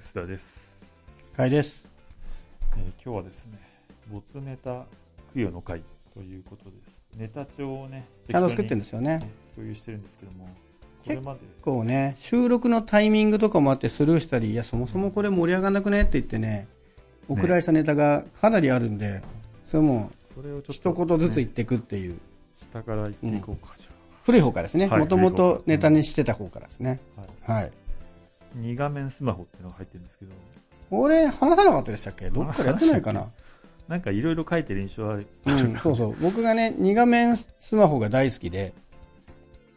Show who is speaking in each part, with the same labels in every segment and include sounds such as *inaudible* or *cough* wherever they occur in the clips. Speaker 1: 須田です、
Speaker 2: はいです。
Speaker 1: えー今日はですね没ネタ供養の会ということですネタ帳をね
Speaker 2: ちゃんと作ってるんですすよね。
Speaker 1: 共有してるんですけどもこ
Speaker 2: 結
Speaker 1: れまで
Speaker 2: こうね、収録のタイミングとかもあってスルーしたり、いや、そもそもこれ盛り上がんなくねって言ってね、お蔵入りしたネタがかなりあるんで、それも
Speaker 1: それをちょっと
Speaker 2: 一言ずつ言っ
Speaker 1: ね
Speaker 2: ていくっていう、
Speaker 1: 下から言っていこうか、じゃ
Speaker 2: 古い方からですね、
Speaker 1: はい
Speaker 2: もともとネタにしてた方からですね。
Speaker 1: あはい、
Speaker 2: はい。
Speaker 1: 2画面スマホっていうのが入ってるんですけど
Speaker 2: 俺、話さなかったでしたっけどっからやってないかな。
Speaker 1: なんかいろいろ書いてる印象ある
Speaker 2: うん、そうそう。僕がね、2画面スマホが大好きで、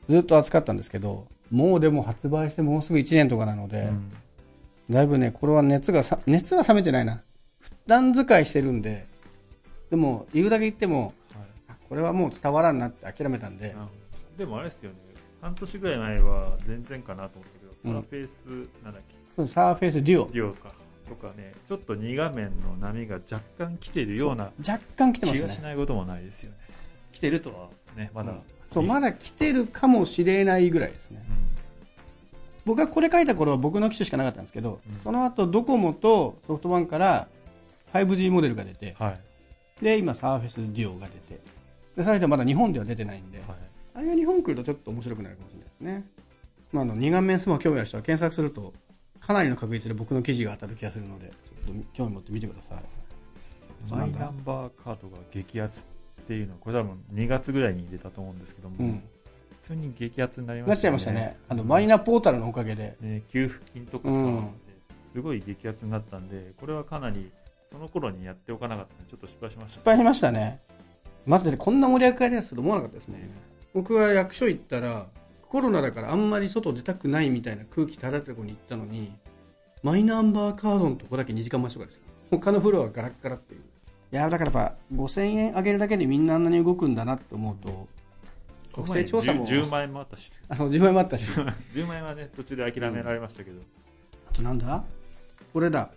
Speaker 2: ずっと扱ったんですけど、もうでも発売してもうすぐ1年とかなので、
Speaker 1: うん
Speaker 2: だいぶね、これは熱がさ、熱は冷めてないな。普段使いしてるんで、でも、言うだけ言って
Speaker 1: は
Speaker 2: も、
Speaker 1: い
Speaker 2: あこれはもう伝わらんなって諦めたんで、
Speaker 1: あでもあれですよね半年ぐらい前は全然かなと思ったけどサ
Speaker 2: うん
Speaker 1: ーフェイスなんだっけ、
Speaker 2: サーフェイスデュオ。
Speaker 1: 量かとかねちょっと2画面の波が若干来てるような
Speaker 2: 若干来てま
Speaker 1: 気
Speaker 2: す
Speaker 1: がし
Speaker 2: ね。
Speaker 1: ないこともないですよね来てるとはねまだ、
Speaker 2: うんそう、まだ来てるかもしれないぐらいですね
Speaker 1: う。ん
Speaker 2: 僕がこれ書いた頃は僕の機種しかなかったんですけど、
Speaker 1: うん
Speaker 2: その後ドコモとソフトバンクから 5G モデルが出て、
Speaker 1: はい、はい
Speaker 2: で、今サーフェイスデュオが出て、で、サーフェイスはまだ日本では出てないんで、あれが日本来るとちょっと面白くなるかもしれないですね。まあ、あの、二顔面スマホ興味ある人は検索すると、かなりの確率で僕の記事が当たる気がするので、ちょっと興味持って見てください。そう
Speaker 1: マ
Speaker 2: なん
Speaker 1: イ
Speaker 2: だ
Speaker 1: ナンバーカードが激アツっていうのこれ多分2月ぐらいに出たと思うんですけども、
Speaker 2: うん。
Speaker 1: 普通に激アツになりま
Speaker 2: なっ
Speaker 1: し
Speaker 2: ちゃ
Speaker 1: た
Speaker 2: いましたね。あの、マイナポータルのおかげで。
Speaker 1: ね給付金とかさ、
Speaker 2: うん
Speaker 1: すごい激アツになったんでこれはかなりその頃にやっておかなかったんでちょっと失敗しました
Speaker 2: 失敗しましたね。まずね、こんな盛り上がりやすると思わなかったですもんね。僕は役所行ったら、コロナだからあんまり外出たくないみたいな空気漂ってるとこに行ったのに、マイナンバーカードのとこだけ2時間待ちとかですから他のフロアはガラッガラっていう。いや、だからやっぱ5000円上げるだけでみんなあんなに動くんだなって思うと、国勢調査も、
Speaker 1: 10, 万円もあったし *laughs*
Speaker 2: あ、そう、自分もあったし、
Speaker 1: 10万円はね途中で諦められましたけど、
Speaker 2: あとなんだこれだ。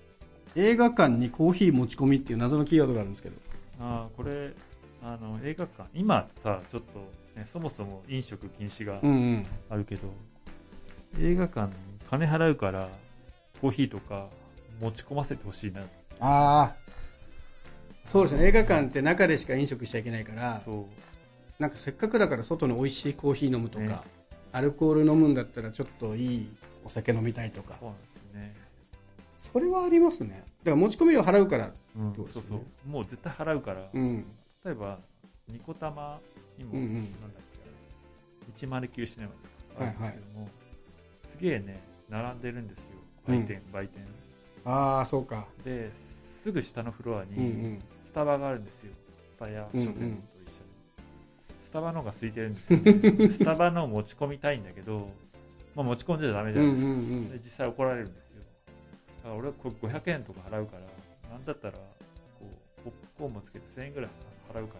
Speaker 2: 映画館にコーヒー持ち込みっていう謎のキーワードがあるんですけど、
Speaker 1: ああこれあの映画館今さちょっと、ね、そもそも飲食禁止が
Speaker 2: うんうん。
Speaker 1: あるけど、映画館金払うからコーヒーとか持ち込ませてほしいな
Speaker 2: ああそうですね映画館って中でしか飲食しちゃいけないから
Speaker 1: そう
Speaker 2: なんかせっかくだから外の美味しいコーヒー飲むとか、
Speaker 1: ね
Speaker 2: アルコール飲むんだったらちょっといいお酒飲みたいとか
Speaker 1: そうなんですよね、
Speaker 2: それはありますねだから持ち込み料払うから
Speaker 1: うん
Speaker 2: そうです
Speaker 1: そ
Speaker 2: よ
Speaker 1: う
Speaker 2: ね
Speaker 1: そうもう絶対払うから、
Speaker 2: うん
Speaker 1: 例えばニコ玉にも、
Speaker 2: うんうん
Speaker 1: なんだっけあれ109シネマですか
Speaker 2: はい
Speaker 1: あ
Speaker 2: は
Speaker 1: るん
Speaker 2: い
Speaker 1: ですけども、すげえね並んでるんですよ売店、売店
Speaker 2: ああそうか
Speaker 1: ですぐ下のフロアに、
Speaker 2: うんうん
Speaker 1: スタバがあるんですよ。スタや商店と一緒に。
Speaker 2: うんうん
Speaker 1: スタバの方が空いてるんですよ、
Speaker 2: *laughs*
Speaker 1: ね。スタバの持ち込みたいんだけど、まあ、持ち込んじゃダメ
Speaker 2: う
Speaker 1: じゃ
Speaker 2: んう
Speaker 1: ない
Speaker 2: ん
Speaker 1: ですか。
Speaker 2: う
Speaker 1: で
Speaker 2: ん
Speaker 1: 実際怒られるんですよ。だから俺はこれ500円とか払うから、なんだったら、こう、ポップコーンもつけて1000円ぐらい払うか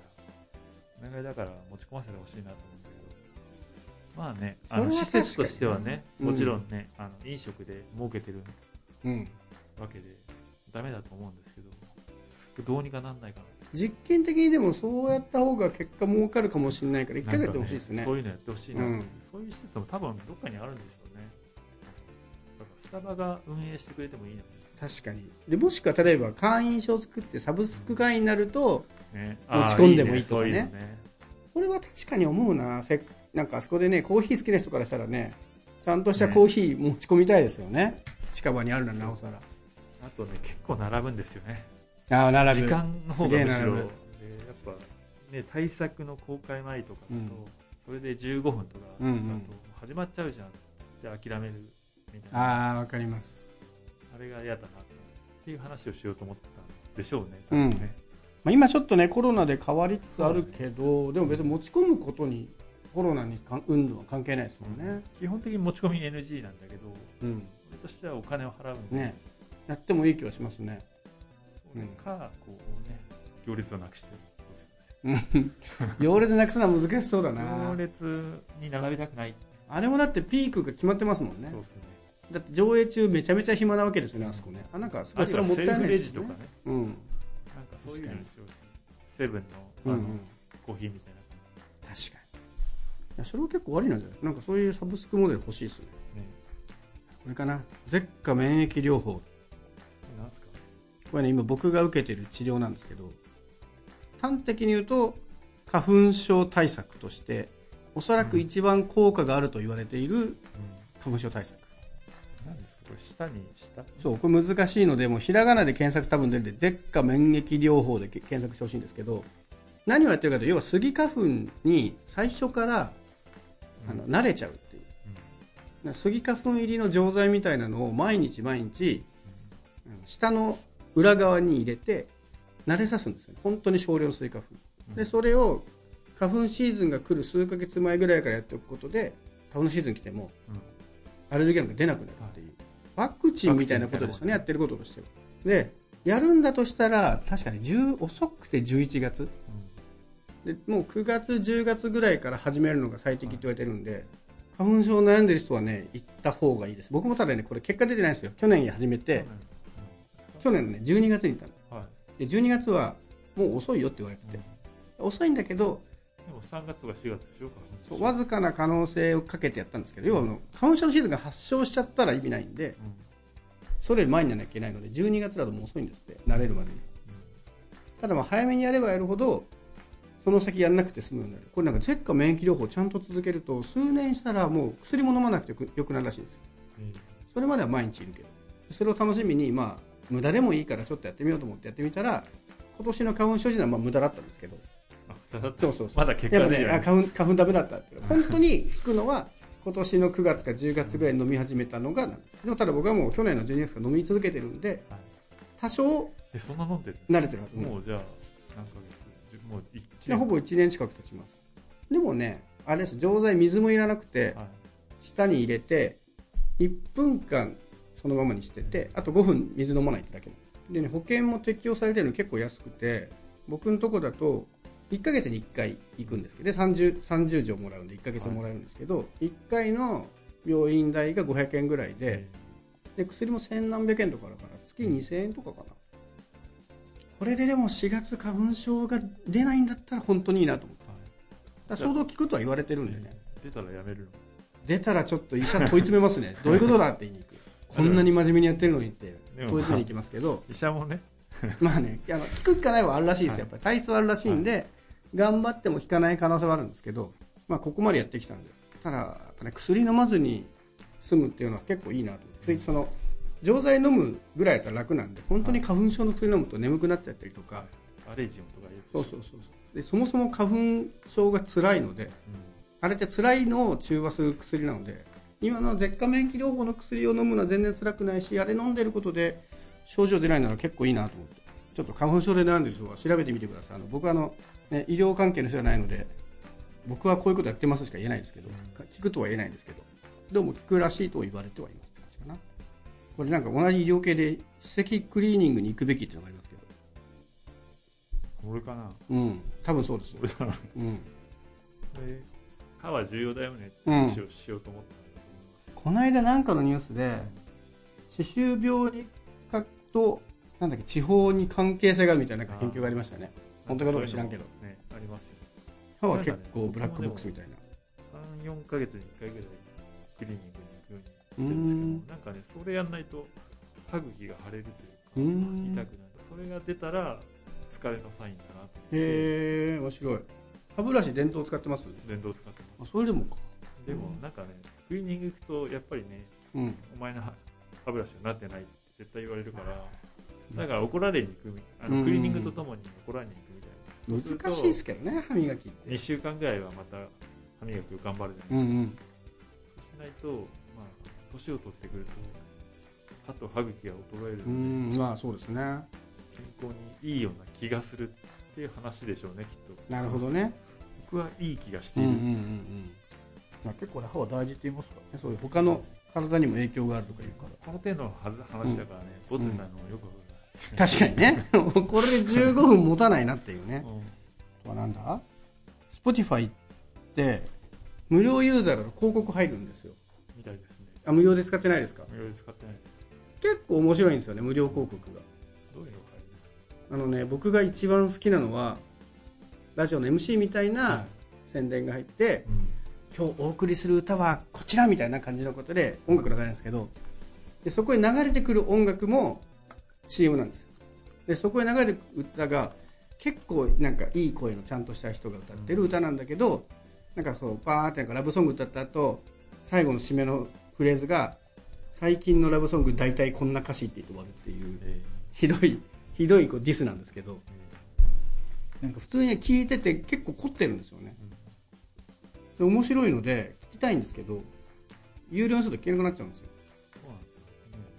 Speaker 1: ら、お願いだから持ち込ませてほしいなと思うんだけど。まあね、あの
Speaker 2: それは確かに
Speaker 1: 施設としてはね、
Speaker 2: うん
Speaker 1: もちろんね、あの飲食で儲けてる
Speaker 2: うん
Speaker 1: わけで、ダメだと思うんですけど、どうにかなんないかな
Speaker 2: 実験的にでもそうやった方が結果儲かるかもしれないから一回ぐらいやってほしいです
Speaker 1: なん
Speaker 2: ね
Speaker 1: かそういうのやってほしいな、
Speaker 2: うん
Speaker 1: そういう施設も多分どっかにあるんでしょうねだからスタバが運営してくれてもいいの
Speaker 2: 確かにでもしくは例えば会員証作ってサブスク会員になると、
Speaker 1: にね
Speaker 2: 持ち込んでもいいとか
Speaker 1: あーそう
Speaker 2: ね
Speaker 1: いうのね
Speaker 2: これは確かに思うなせなんかあそこでねコーヒー好きな人からしたらねちゃんとしたコーヒー持ち込みたいですよね近場にあるならなおさら
Speaker 1: あとね結構並ぶんですよね
Speaker 2: ああ並
Speaker 1: 時間の方がむしろ
Speaker 2: すげえ並ぶ
Speaker 1: でやっぱね対策の公開前とかだと、
Speaker 2: うん
Speaker 1: それで15分とかだと、
Speaker 2: うんうん
Speaker 1: 始まっちゃうじゃんつって諦めるみたいなあ
Speaker 2: ああわかります、
Speaker 1: れが嫌だなっていう話をしようと思ったんでしょうね
Speaker 2: う
Speaker 1: 多
Speaker 2: ん
Speaker 1: 分ね
Speaker 2: まあ、今ちょっとねコロナで変わりつつあるけどで,、も別に持ち込むことにコロナにかん運動は関係ないですもんね、
Speaker 1: 基本的に持ち込み NG なんだけど
Speaker 2: うん、
Speaker 1: 俺としてはお金を払うんで、
Speaker 2: ねやってもいい気はしますね
Speaker 1: それか、こうね、行列をなくしてほしいですよ
Speaker 2: うん行列なくすのは難しそうだな
Speaker 1: 行列に並びたくない。
Speaker 2: あれもだってピークが決まってますもんね
Speaker 1: そうですね。
Speaker 2: だって上映中めちゃめちゃ暇なわけですよねあそこねあなんかすごいそれはもったいない
Speaker 1: で
Speaker 2: ですす
Speaker 1: と
Speaker 2: よ
Speaker 1: か
Speaker 2: ね
Speaker 1: ね。
Speaker 2: うん
Speaker 1: なんかそういうのにしようよセブン
Speaker 2: うん
Speaker 1: の
Speaker 2: う
Speaker 1: あ
Speaker 2: ん
Speaker 1: のコーヒーみたいな感
Speaker 2: 確かにいやそれは結構ありなんじゃないなんかそういうサブスクモデル欲しいですね
Speaker 1: じでね。
Speaker 2: これかな舌下免疫療法これね今僕が受けてる治療なんですけど端的に言うと花粉症対策としておそらく一番効果があると言われている花粉症対策、
Speaker 1: 何ですかこれ下に下
Speaker 2: そうこれ難しいのでもうひらがなで検索多分出るんで舌下免疫療法でけ検索してほしいんですけど何をやってるかというと要はスギ花粉に最初からあの慣れちゃうっていうなスギ花粉入りの錠剤みたいなのを毎日毎日うん下の裏側に入れて慣れさすんですよね本当に少量のスギ花粉でそれを花粉シーズンが来る数ヶ月前ぐらいからやっておくことで花粉シーズン来ても
Speaker 1: うん
Speaker 2: アレルゲンが出なくなるっていう、ワクチンみたいなことですよねや
Speaker 1: ワ
Speaker 2: ってることとしてはでやるんだとしたら確かに10遅くて11月でもう9月10月ぐらいから始めるのが最適って言われてるんで、花粉症悩んでる人はね行った方がいいです僕もただねこれ結果出てないんですよ去年始めて、去年のね12月に行ったの
Speaker 1: はい
Speaker 2: で12月はもう遅いよって言われてて、遅いんだけど
Speaker 1: でも3月とか4月でしょ花
Speaker 2: そ
Speaker 1: 粉
Speaker 2: う
Speaker 1: 症
Speaker 2: わずかな可能性をかけてやったんですけど要はあの花粉症のシーズンが発症しちゃったら意味ないんで
Speaker 1: うんうん
Speaker 2: それより前にやらなきゃいけないので12月だともう遅いんですって慣れるまでにただまあ早めにやればやるほどその先やんなくて済むようになるこれなんか舌下免疫療法をちゃんと続けると数年したらもう薬も飲まなくてよくよくなるらしいんですよ
Speaker 1: うん
Speaker 2: それまでは毎日いるけどそれを楽しみにまあ無駄でもいいからちょっとやってみようと思ってやってみたら今年の花粉症時代はまあ無駄だったんですけど
Speaker 1: あだだって
Speaker 2: そうそうそう
Speaker 1: まだ結
Speaker 2: やっ
Speaker 1: 果
Speaker 2: ぱ
Speaker 1: 出て
Speaker 2: ね
Speaker 1: ない
Speaker 2: あ花粉花粉ダメだったって
Speaker 1: *laughs*
Speaker 2: 本当につくのは今年の9月か10月ぐらいに飲み始めたのがなんですでもただ僕はもう去年の12月から飲み続けてるんで
Speaker 1: はい
Speaker 2: 多少
Speaker 1: えそんな飲んでるんで
Speaker 2: 慣れてるは
Speaker 1: す
Speaker 2: ず
Speaker 1: かもうじゃあ何ヶ月じゅもう一
Speaker 2: でほぼ1年近く経ちますでもねあれです錠剤水もいらなくて
Speaker 1: はい
Speaker 2: 下に入れて1分間そのままにしててあと5分水飲まないってだけでね保険も適用されてるの結構安くて僕のとこだと1ヶ月に1回行くんですけどで 30, 30錠もらうんで1ヶ月もらえるんですけど、1回の病院代が500円ぐらいでで薬も千何百円とかだから月2000円とかかなこれででも4月花粉症が出ないんだったら本当にいいなと思って
Speaker 1: はい
Speaker 2: だから相当効くとは言われてるんでね
Speaker 1: 出たらやめるの
Speaker 2: 出たらちょっと医者問い詰めます *laughs* ねどういうことだって言いに行くこんなに真面目にやってるのにって
Speaker 1: で
Speaker 2: 問い
Speaker 1: も
Speaker 2: 詰めに行きますけど
Speaker 1: 医者もね
Speaker 2: まあねあの効くかないはあるらしいですよやっぱり体質はあるらしいんで、頑張っても効かない可能性はあるんですけど、まあ、ここまでやってきたんでただやっぱ、ね、薬飲まずに済むっていうのは結構いいなと思って薬その錠剤飲むぐらいだったら楽なんで本当に花粉症の薬飲むと眠くなっちゃったりとか、
Speaker 1: アレジオンとかいうやつ
Speaker 2: そうそうそうそうでそもそも花粉症が辛いのであれって辛いのを中和する薬なので今の舌下免疫療法の薬を飲むのは全然辛くないしあれ飲んでることで症状出ないなら結構いいなと思ってちょっと花粉症で悩んでる人は調べてみてくださいあの僕はあの、ね、医療関係の人じゃないので僕はこういうことやってますしか言えないですけど聞くとは言えないんですけどどうも聞くらしいと言われてはいますって感じかなこれなんか同じ医療系で歯石クリーニングに行くべきっていうのがありますけど
Speaker 1: うん俺かな
Speaker 2: うん多分そうですよ
Speaker 1: 俺だな
Speaker 2: うん
Speaker 1: で歯は重要だよねって
Speaker 2: うん
Speaker 1: 話をしようと思ったんだ
Speaker 2: この間なんかのニュースで
Speaker 1: けど
Speaker 2: 歯周病にかとなんだっけ地方に関係性があるみたいななんか研究がありましたよね本当かどうか知らんけど
Speaker 1: ねありますよ
Speaker 2: 歯は結構ブラックボックスみたいな
Speaker 1: 34ヶ月に1回ぐらいクリーニングに行くようにしてるんですけどなんかねそれやんないと歯茎が腫れると
Speaker 2: うー
Speaker 1: いうか
Speaker 2: ん
Speaker 1: 痛くなるそれが出たら疲れのサインだなと思って
Speaker 2: へえ面白い歯ブラシ電動使ってます
Speaker 1: 電動使って
Speaker 2: あ
Speaker 1: ます
Speaker 2: それでもか
Speaker 1: でもなんかねクリーニング行くとやっぱりね
Speaker 2: うん
Speaker 1: お前の歯歯ブラシになってないって絶対言われるからだから怒られに行くみあ
Speaker 2: う
Speaker 1: の
Speaker 2: ん
Speaker 1: クリーニングとともに怒られに行くみたい
Speaker 2: 難しいですけどね歯磨きっ
Speaker 1: な2
Speaker 2: て
Speaker 1: 週間ぐらいはまた歯磨きを頑張るじゃないですか
Speaker 2: うんうん
Speaker 1: しないと、まあ、年を取ってくると歯と歯茎が衰えるので、
Speaker 2: うんまあそうですね
Speaker 1: 健康にいいような気がするっていう話でしょうねきっと
Speaker 2: なるほどね
Speaker 1: 僕はいい気がし
Speaker 2: う
Speaker 1: て
Speaker 2: ん
Speaker 1: い
Speaker 2: うん
Speaker 1: る、
Speaker 2: うんうんまあ結構ね歯は大事って言いますからねそういう他の体にも影響があるとかいうか
Speaker 1: この手のはず話だからね、ボツになるのもよくわから
Speaker 2: 確かにね *laughs* これで15分持たないなっていうね
Speaker 1: らない、うん
Speaker 2: あとはなんだ Spotify って無料ユーザーだと広告入るんですよ
Speaker 1: みたいですね
Speaker 2: あ無料で使ってないですか
Speaker 1: いろいろ使ってないです
Speaker 2: 結構面白いんですよね無料広告が
Speaker 1: どういうのがありますか
Speaker 2: あのね僕が一番好きなのはラジオの MC みたいな宣伝が入って今日お送りする歌はこちらみたいな感じのことで音楽流れるんですけどでそこに流れてくる音楽も CM なんですよでそこへ流れる歌が結構なんかいい声のちゃんとした人が歌ってる歌なんだけど、なんかそうバーってなんかラブソング歌った後最後の締めのフレーズが「最近のラブソング大体こんな歌詞」って言って終わるっていう
Speaker 1: え
Speaker 2: ひどいひどいこうディスなんですけどなんか普通に聞いてて結構凝ってるんですよねで面白いので聞きたいんですけど有料にすると聞けなくなっちゃうんですよ、
Speaker 1: ーそうなんですよ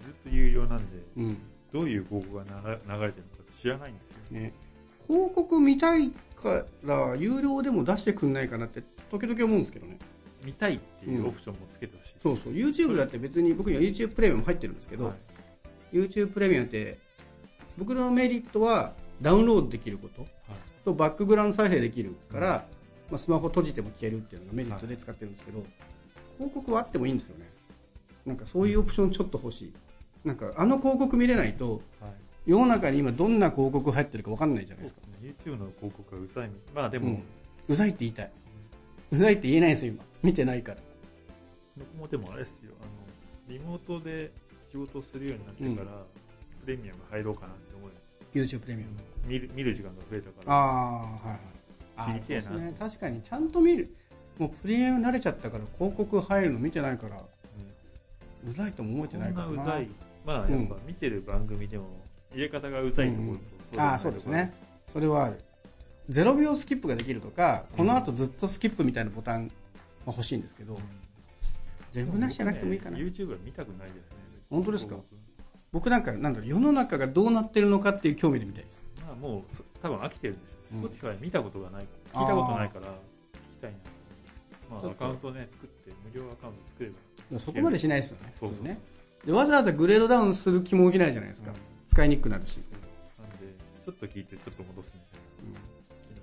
Speaker 1: ずっと有料なんで
Speaker 2: うん
Speaker 1: どういう広告がなら流れてるのか知らないんですよ
Speaker 2: ね、広告見たいから有料でも出してくんないかなって時々思うんですけどね
Speaker 1: 見たいっていうオプションもつけてほしいです、
Speaker 2: そうそう YouTube だって別に僕には YouTube プレミアム入ってるんですけど、
Speaker 1: はい
Speaker 2: YouTube プレミアムって僕のメリットはダウンロードできること
Speaker 1: はい
Speaker 2: とバックグラウンド再生できるから、まあ、スマホ閉じても消えるっていうのがメリットで使ってるんですけど、広告はあってもいいんですよねなんかそういうオプションちょっと欲しいなんかあの広告見れないと
Speaker 1: はい
Speaker 2: 世の中に今どんな広告入ってるか分かんないじゃない
Speaker 1: そう
Speaker 2: で
Speaker 1: ですす
Speaker 2: か
Speaker 1: ね YouTube の広告はうざいみたいまあでも、
Speaker 2: うんうざいって言いたいうざいって言えないんですよ今見てないから
Speaker 1: 僕もでもあれですよあのリモートで仕事をするようになってから、プレミアム入ろうかなって思う
Speaker 2: YouTube プレミアム
Speaker 1: 見る見る時間が増えたから
Speaker 2: ああはいあー
Speaker 1: 見
Speaker 2: そ
Speaker 1: て
Speaker 2: う
Speaker 1: え
Speaker 2: で
Speaker 1: な
Speaker 2: すね確かにちゃんと見るもうプレミアム慣れちゃったから広告入るの見てないからうざいとも思えて
Speaker 1: うん、
Speaker 2: ないから
Speaker 1: こん
Speaker 2: な
Speaker 1: なうざいまあやっぱ見てる番組でも入れ方がうざいところと、
Speaker 2: ああそうですねそれはある0秒スキップができるとかこのあとずっとスキップみたいなボタンは欲しいんですけど、全部なしじゃなくてもいいかな、
Speaker 1: 僕ね YouTube は見たくないですね
Speaker 2: 本当ですか
Speaker 1: 広告
Speaker 2: 僕なんかなんだろう世の中がどうなってるのかっていう興味で見たいです
Speaker 1: まあもうそ多分飽きてるんでしょ
Speaker 2: うん
Speaker 1: う、Spotify 見たことがない聞いたことないから聞きたいな
Speaker 2: ち
Speaker 1: ま
Speaker 2: ょ
Speaker 1: あ
Speaker 2: っ
Speaker 1: ア
Speaker 2: と
Speaker 1: カウントね作って無料アカウント作れば
Speaker 2: でもそこまでしないですよね
Speaker 1: そう
Speaker 2: 普
Speaker 1: そう
Speaker 2: 通ねでわざわざグレードダウンする気も起きないじゃないですか、
Speaker 1: うん
Speaker 2: 使いにくくなるし、
Speaker 1: なんでちょっと聞いてちょっと戻すみたいな機能ちょっ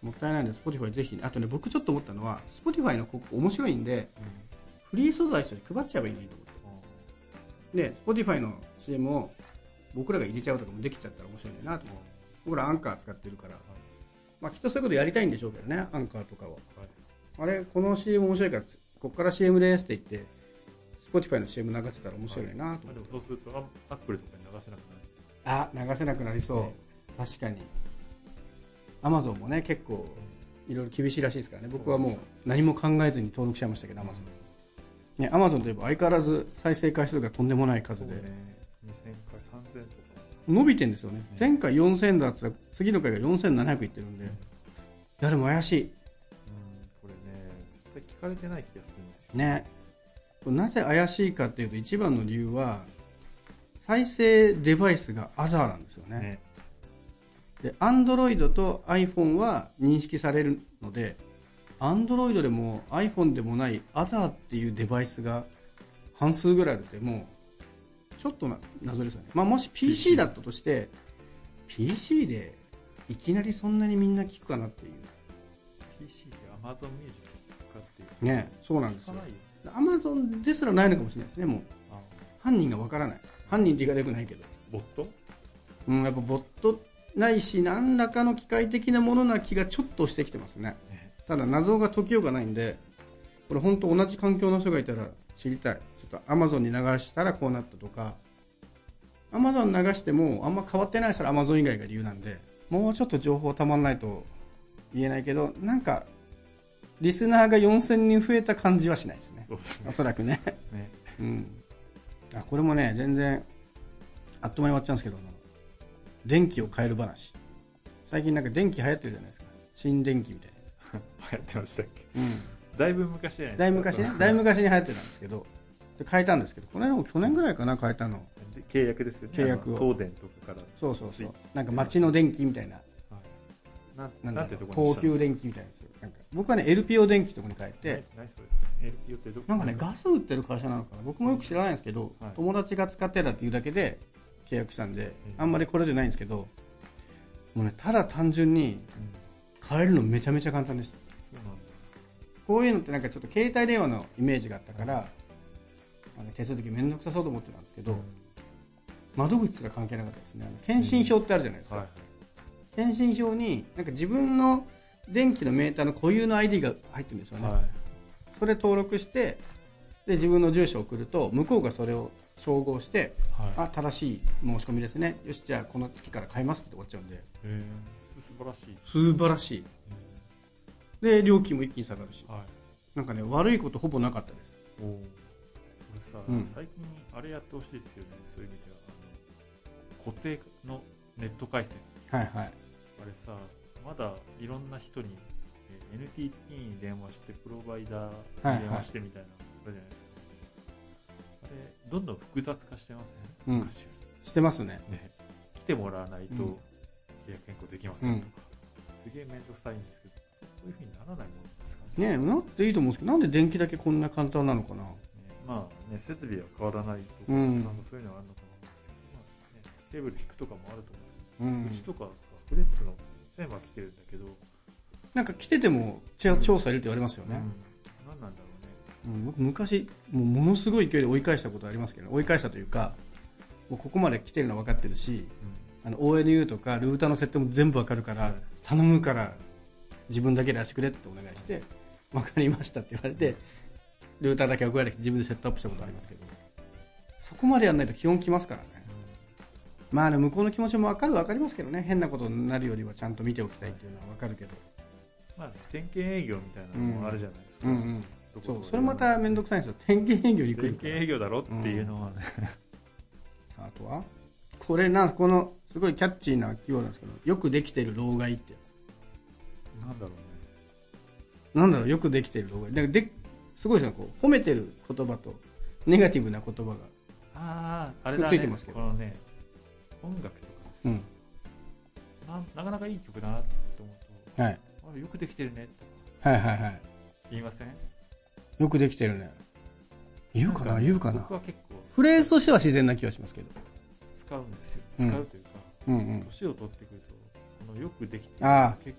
Speaker 1: と
Speaker 2: もったいないので Spotify ぜひねあとね僕ちょっと思ったのは Spotify の広告面白いんでフリー素材として配っちゃえばいいのにと思ってで Spotify の CM を僕らが入れちゃうとかもできちゃったら面白いなと思う僕らアンカー使ってるから、まあ、きっとそういうことやりたいんでしょうけどねアンカーとかはあれこの CM 面白いからつこっから CM ですって言って Spotify の CM 流せたら面白いなと
Speaker 1: ま
Speaker 2: 思
Speaker 1: あ
Speaker 2: っ
Speaker 1: で
Speaker 2: て、
Speaker 1: もそうするとあアップルとかに流せなくなる
Speaker 2: あ流せなくなりそう確かに Amazon もね結構いろいろ厳しいらしいですからね僕はもう何も考えずに登録しちゃいましたけど Amazon ね、アマゾンといえば相変わらず再生回数がとんでもない数
Speaker 1: そう
Speaker 2: で、
Speaker 1: ね2000回3000とか
Speaker 2: 伸びてんですよね、
Speaker 1: うん
Speaker 2: 前回4000だったら次の回が4700いってるんで、いやでも怪し
Speaker 1: うんこれね絶対聞かれてない気がするんですよ
Speaker 2: いねこれなぜ怪しいかっていうと一番の理由は再生デバイスがアザーなんですよね
Speaker 1: ね
Speaker 2: で Android と iPhone は認識されるので Android でも iPhone でもないアザーっていうデバイスが半数ぐらいあるってもうちょっとな謎ですよね、まあ、もし PC だったとして PC でいきなりそんなにみんな聞くかなってい
Speaker 1: PC で Amazon Music とかっていう
Speaker 2: うねそうなんです
Speaker 1: 聞か
Speaker 2: よ
Speaker 1: ないよ
Speaker 2: Amazon ですらないのかもしれないですねもう
Speaker 1: あ
Speaker 2: 犯人がわからない犯人って言い方よくないけど
Speaker 1: ボット
Speaker 2: うんやっぱボットないし何らかの機械的なものな気がちょっとしてきてますね
Speaker 1: ね
Speaker 2: ただ謎が解きようがないんでこれ本当同じ環境の人がいたら知りたいちょっと Amazon に流したらこうなったとか Amazon に流してもあんま変わってないしたら Amazon 以外が理由なんでもうちょっと情報たまんないと言えないけどなんかリスナーが4000人増えた感じはしないですね
Speaker 1: そうです
Speaker 2: おそらくね
Speaker 1: ね *laughs*
Speaker 2: うん、あこれもね全然あっという間に終わっちゃうんですけどあの電気を変える話最近なんか電気流行ってるじゃないですか新電気みたい
Speaker 1: 流行ってましたっけ
Speaker 2: なや
Speaker 1: だいぶ昔じゃな
Speaker 2: つ、
Speaker 1: い
Speaker 2: だいぶ
Speaker 1: です
Speaker 2: 昔
Speaker 1: か
Speaker 2: ねだいぶ昔に流行ってたんですけどで変えたんですけどこの間も去年ぐらいかな変えたの
Speaker 1: で契約ですよね
Speaker 2: 契約を
Speaker 1: あの東電とかから
Speaker 2: そうそうそうなんか街の電気みたいな
Speaker 1: な
Speaker 2: なん
Speaker 1: なん
Speaker 2: だ
Speaker 1: て
Speaker 2: ろ
Speaker 1: と
Speaker 2: う
Speaker 1: こに
Speaker 2: 東急電気みたいなやつなんか僕はね LPO 電気ってとこに変えて、
Speaker 1: で何それえ言ってど
Speaker 2: なんかね、ガス売ってる会社なのかな、僕もよく知らないんですけど、
Speaker 1: はい
Speaker 2: 友達が使ってたっていうだけで契約したんで、
Speaker 1: うん
Speaker 2: あんまりこれじゃないんですけど、もうね、ただ単純に
Speaker 1: うん
Speaker 2: 変えるのめちゃめちゃ簡単でした。
Speaker 1: そうなんだ
Speaker 2: こういうのってなんかちょっと携帯電話のイメージがあったから、なんか手続きめんどくさそうと思ってたんですけど、窓口すら関係なかったですね。あの検診票ってあるじゃないですか。
Speaker 1: はいはい
Speaker 2: 検診票に、なんか自分の電気のメーターの固有の ID が入ってるんですよね。
Speaker 1: はい
Speaker 2: それ登録してで自分の住所を送ると向こうがそれを照合して
Speaker 1: はい
Speaker 2: あ正しい申し込みですねよしじゃあこの月から買いますって終わっちゃうんで
Speaker 1: えー、素晴らしい、
Speaker 2: 素晴らしいで料金も一気に下がるし
Speaker 1: うんはい
Speaker 2: なんかね悪いことほぼなかったです
Speaker 1: おお俺さ、
Speaker 2: うん
Speaker 1: 最近あれやってほしいですよねそういう意味ではあの固定のネット回線
Speaker 2: はいはい
Speaker 1: あれさまだいろんな人に、えー NTT に電話してプロバイダーに電話してみたいなことじゃないですか、あれどんどん複雑化してません、
Speaker 2: うん
Speaker 1: 昔よ
Speaker 2: してますね
Speaker 1: りね来てもらわないと
Speaker 2: うん
Speaker 1: 契約変更できませんとか、すげえ面倒くさいんですけどそういうふうにならないもんですかね
Speaker 2: ねなっていいと思うんですけどなんで電気だけこんな簡単なのかな
Speaker 1: ねまあね設備は変わらないとか、
Speaker 2: うん
Speaker 1: なんかそういうのはあるのかな、まあね、ケーブル引くとかもあると思うんですけど、
Speaker 2: う
Speaker 1: うんちとかさフレッツの線は来てるんだけど、
Speaker 2: なんか来ててもちゃ調査いるって言われますよね、
Speaker 1: うん、何なんだろうね
Speaker 2: うん僕昔もうものすごい勢いで追い返したことありますけど追い返したというかもうここまで来てるの分かってるしあの ONU とかルーターの設定も全部分かるから、
Speaker 1: はい
Speaker 2: 頼むから自分だけでやらせてくれってお願いして分かりましたって言われてルーターだけ送られてきて自分でセットアップしたことありますけどそこまでやんないと基本来ますからねまあね向こうの気持ちも分かるは分かりますけどね変なことになるよりはちゃんと見ておきたいっていうのは分かるけど、
Speaker 1: まあ、点検営業みたいなのもあるじゃないですか、
Speaker 2: うんうん
Speaker 1: どこど
Speaker 2: そ
Speaker 1: こ
Speaker 2: う
Speaker 1: で
Speaker 2: それまた面倒くさいんですよ点検営業に来
Speaker 1: 点
Speaker 2: る
Speaker 1: 検
Speaker 2: から
Speaker 1: 営業だろっていうのはね、
Speaker 2: あとはこれなんすこのすごいキャッチーなキーワードなんですけどよくできてる老害ってやつ
Speaker 1: なんだろうね
Speaker 2: なんだろうよくできてる老害だからですごいですねこう褒めてる言葉とネガティブな言葉が、
Speaker 1: あああれだ
Speaker 2: く
Speaker 1: ね
Speaker 2: っついてますけど
Speaker 1: このね音楽とかです、
Speaker 2: うん
Speaker 1: ななかなかいい曲だなと思う
Speaker 2: はい、
Speaker 1: とあよくできてるねとか
Speaker 2: はいはいはい
Speaker 1: 言いません
Speaker 2: よくできてるね言うかな
Speaker 1: なん
Speaker 2: 言うかな
Speaker 1: 僕は結構
Speaker 2: フレーズとしては自然な気はしますけど
Speaker 1: 使うんですよ
Speaker 2: うん
Speaker 1: 使うというか、
Speaker 2: うんうん
Speaker 1: 年を取ってくるとこのよくできてる
Speaker 2: ああ
Speaker 1: 結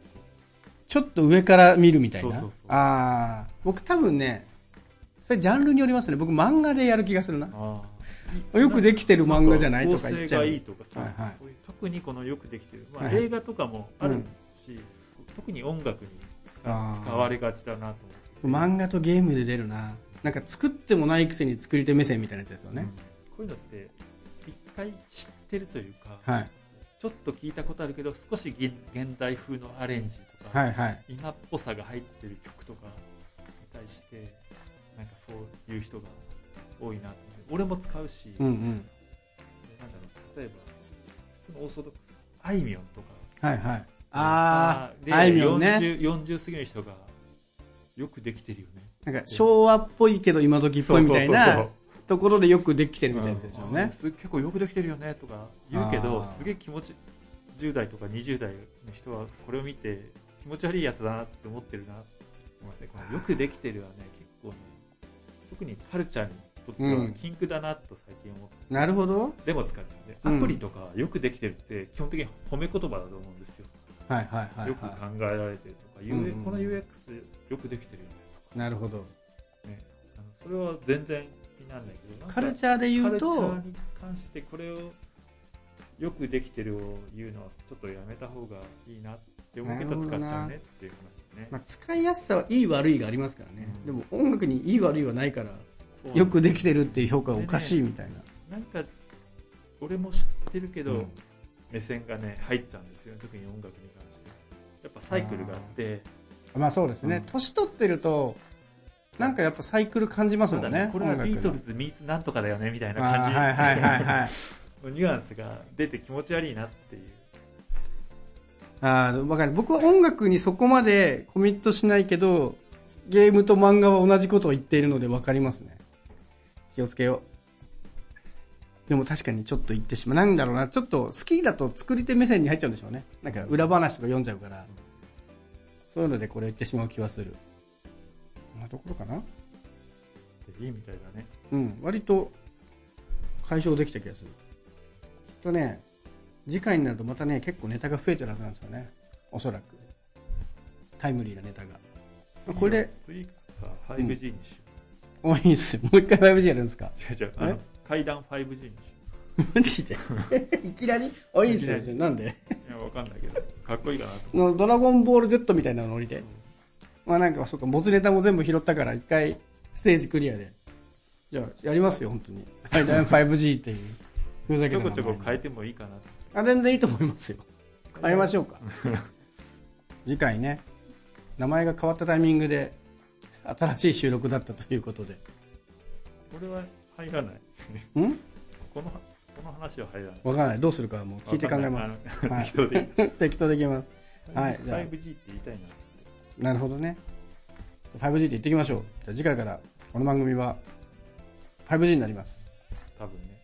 Speaker 2: ちょっと上から見るみたいな
Speaker 1: そうそうそう
Speaker 2: ああ僕多分ねそれジャンルによりますね僕漫画でやる気がするな
Speaker 1: 構ああ
Speaker 2: よくできてる漫画じゃないと
Speaker 1: 構
Speaker 2: か言
Speaker 1: 成
Speaker 2: っちゃ
Speaker 1: が
Speaker 2: う
Speaker 1: いいとかさ、
Speaker 2: はいはい
Speaker 1: そういう特にこのよくできてる、まあ、
Speaker 2: はいはい
Speaker 1: 映画とかもあるし、特に音楽に使
Speaker 2: あー
Speaker 1: 使われがちだなと思って
Speaker 2: 漫画とゲームで出るななんか作ってもないくせに作り手目線みたいなやつですよね、
Speaker 1: うんこういうのって一回知ってるというか、
Speaker 2: はい、
Speaker 1: ちょっと聞いたことあるけど少し現現代風のアレンジとか、
Speaker 2: はいはい
Speaker 1: 今っぽさが入ってる曲とかに対してなんかそういう人が多いなと思って俺も使うし、
Speaker 2: うんうん
Speaker 1: なんだろう例えば普通のオーソドックスあいみょんとか
Speaker 2: はいはいあ
Speaker 1: で
Speaker 2: ああいみょんね
Speaker 1: 40, 40過ぎの人がよくできてるよね
Speaker 2: なんか昭和っぽいけど今時っぽいみたい
Speaker 1: そうそうそうそ
Speaker 2: な
Speaker 1: う
Speaker 2: ところでよくできてるみたいなやつですよ
Speaker 1: うんあ
Speaker 2: ね、
Speaker 1: それ結構よくできてるよねとか言うけど
Speaker 2: あー
Speaker 1: すげえ気持ち10代とか20代の人はそれを見て気持ち悪いやつだなって思ってるなと思いますねこのよくできてるはね結構ね特にカルチャーにとって
Speaker 2: う
Speaker 1: は
Speaker 2: ん
Speaker 1: 禁句だなと最近思って、
Speaker 2: なるほど
Speaker 1: でも使っちゃうね
Speaker 2: うん
Speaker 1: アプリとかよくできてるって基本的に褒め言葉だと思うんですよ、
Speaker 2: はいはいはい
Speaker 1: よく考
Speaker 2: は
Speaker 1: えられてるとか、
Speaker 2: うんうん
Speaker 1: UX この UX よくできてるよねとか
Speaker 2: いなるほど
Speaker 1: ねあのそれは全然気にならないけどなんか
Speaker 2: カルチャーで言う
Speaker 1: カルチャ
Speaker 2: と
Speaker 1: ーに関してこれをよくできてるを言うのはちょっとやめた方がいいなって思うけど使っちゃうねっていう話ね、
Speaker 2: まあ、使いやすさはいい悪いがありますからね、
Speaker 1: うん
Speaker 2: でも音楽にいい悪いはないから
Speaker 1: そうなん
Speaker 2: よくできてるっていう評価はおかしいみたい
Speaker 1: な
Speaker 2: な、
Speaker 1: んか俺も知ってるけど、
Speaker 2: うん
Speaker 1: 目線がね入っちゃうんですよね特に音楽に関してやっぱサイクルがあって
Speaker 2: まあそうですね、
Speaker 1: うん
Speaker 2: 年取ってるとなんかやっぱサイクル感じます
Speaker 1: た
Speaker 2: も
Speaker 1: だ
Speaker 2: ん
Speaker 1: ね
Speaker 2: ね
Speaker 1: これは
Speaker 2: 音楽
Speaker 1: ビ
Speaker 2: の
Speaker 1: ートルズミーツなんとかだよねみたいな
Speaker 2: あ
Speaker 1: 感
Speaker 2: ー
Speaker 1: じ
Speaker 2: はいはいはいはい
Speaker 1: のニュアンスが出て気持ち悪いなっていう
Speaker 2: あーわかる僕は音楽にそこまでコミットしないけどゲームと漫画は同じことを言っているのでわかりますね気をつけようでも確かにちょっと言ってしまうなんだろうなちょっと好きだと作り手目線に入っちゃうんでしょうねなんか裏話とか読んじゃうからそういうのでこれを言ってしまう気はするこんなところかな
Speaker 1: でいいみたいだね
Speaker 2: うん、割と解消できた気がする。きっとね、次回になるとまたね、結構ネタが増えてるはずなんですよね。おそらく。タイムリーなネタが。これ
Speaker 1: 次からさ 5G にしよう、
Speaker 2: 多いいっすよ。もう一回 5G やるんですか
Speaker 1: 違う違うあの
Speaker 2: え
Speaker 1: 階段 5G にしよ
Speaker 2: マジ *laughs* でいきなり多いいっすよ。なんで
Speaker 1: ういやわかんないけどかっこいいかなと
Speaker 2: のドラゴンボール Z みたいなノリで
Speaker 1: 思。
Speaker 2: まあなんか、そうか、モツネタも全部拾ったから、一回ステージクリアで。じゃあ、やりますよ、本当 *laughs* に。はい、ライン 5G っていう。ふざ
Speaker 1: ち
Speaker 2: け
Speaker 1: ょこ
Speaker 2: た名
Speaker 1: ちょ
Speaker 2: 前
Speaker 1: こ変えてもいいかなと
Speaker 2: あ、全然いいと思いますよ。変えましょうか。 *laughs* 次回ね、名前が変わったタイミングで、新しい収録だったということで。
Speaker 1: これは入らない。
Speaker 2: ん
Speaker 1: このこの話は入らない。
Speaker 2: わからない。どうするかはもう聞いて考えます。
Speaker 1: わかんない。あの
Speaker 2: は
Speaker 1: 適
Speaker 2: い
Speaker 1: 当でいい。
Speaker 2: 適当できます。はいじゃあ
Speaker 1: 5G って言いたいな。
Speaker 2: なるほどね。5G って言ってきましょう。じゃあ次回から、この番組は 5G になります。
Speaker 1: 多分ね。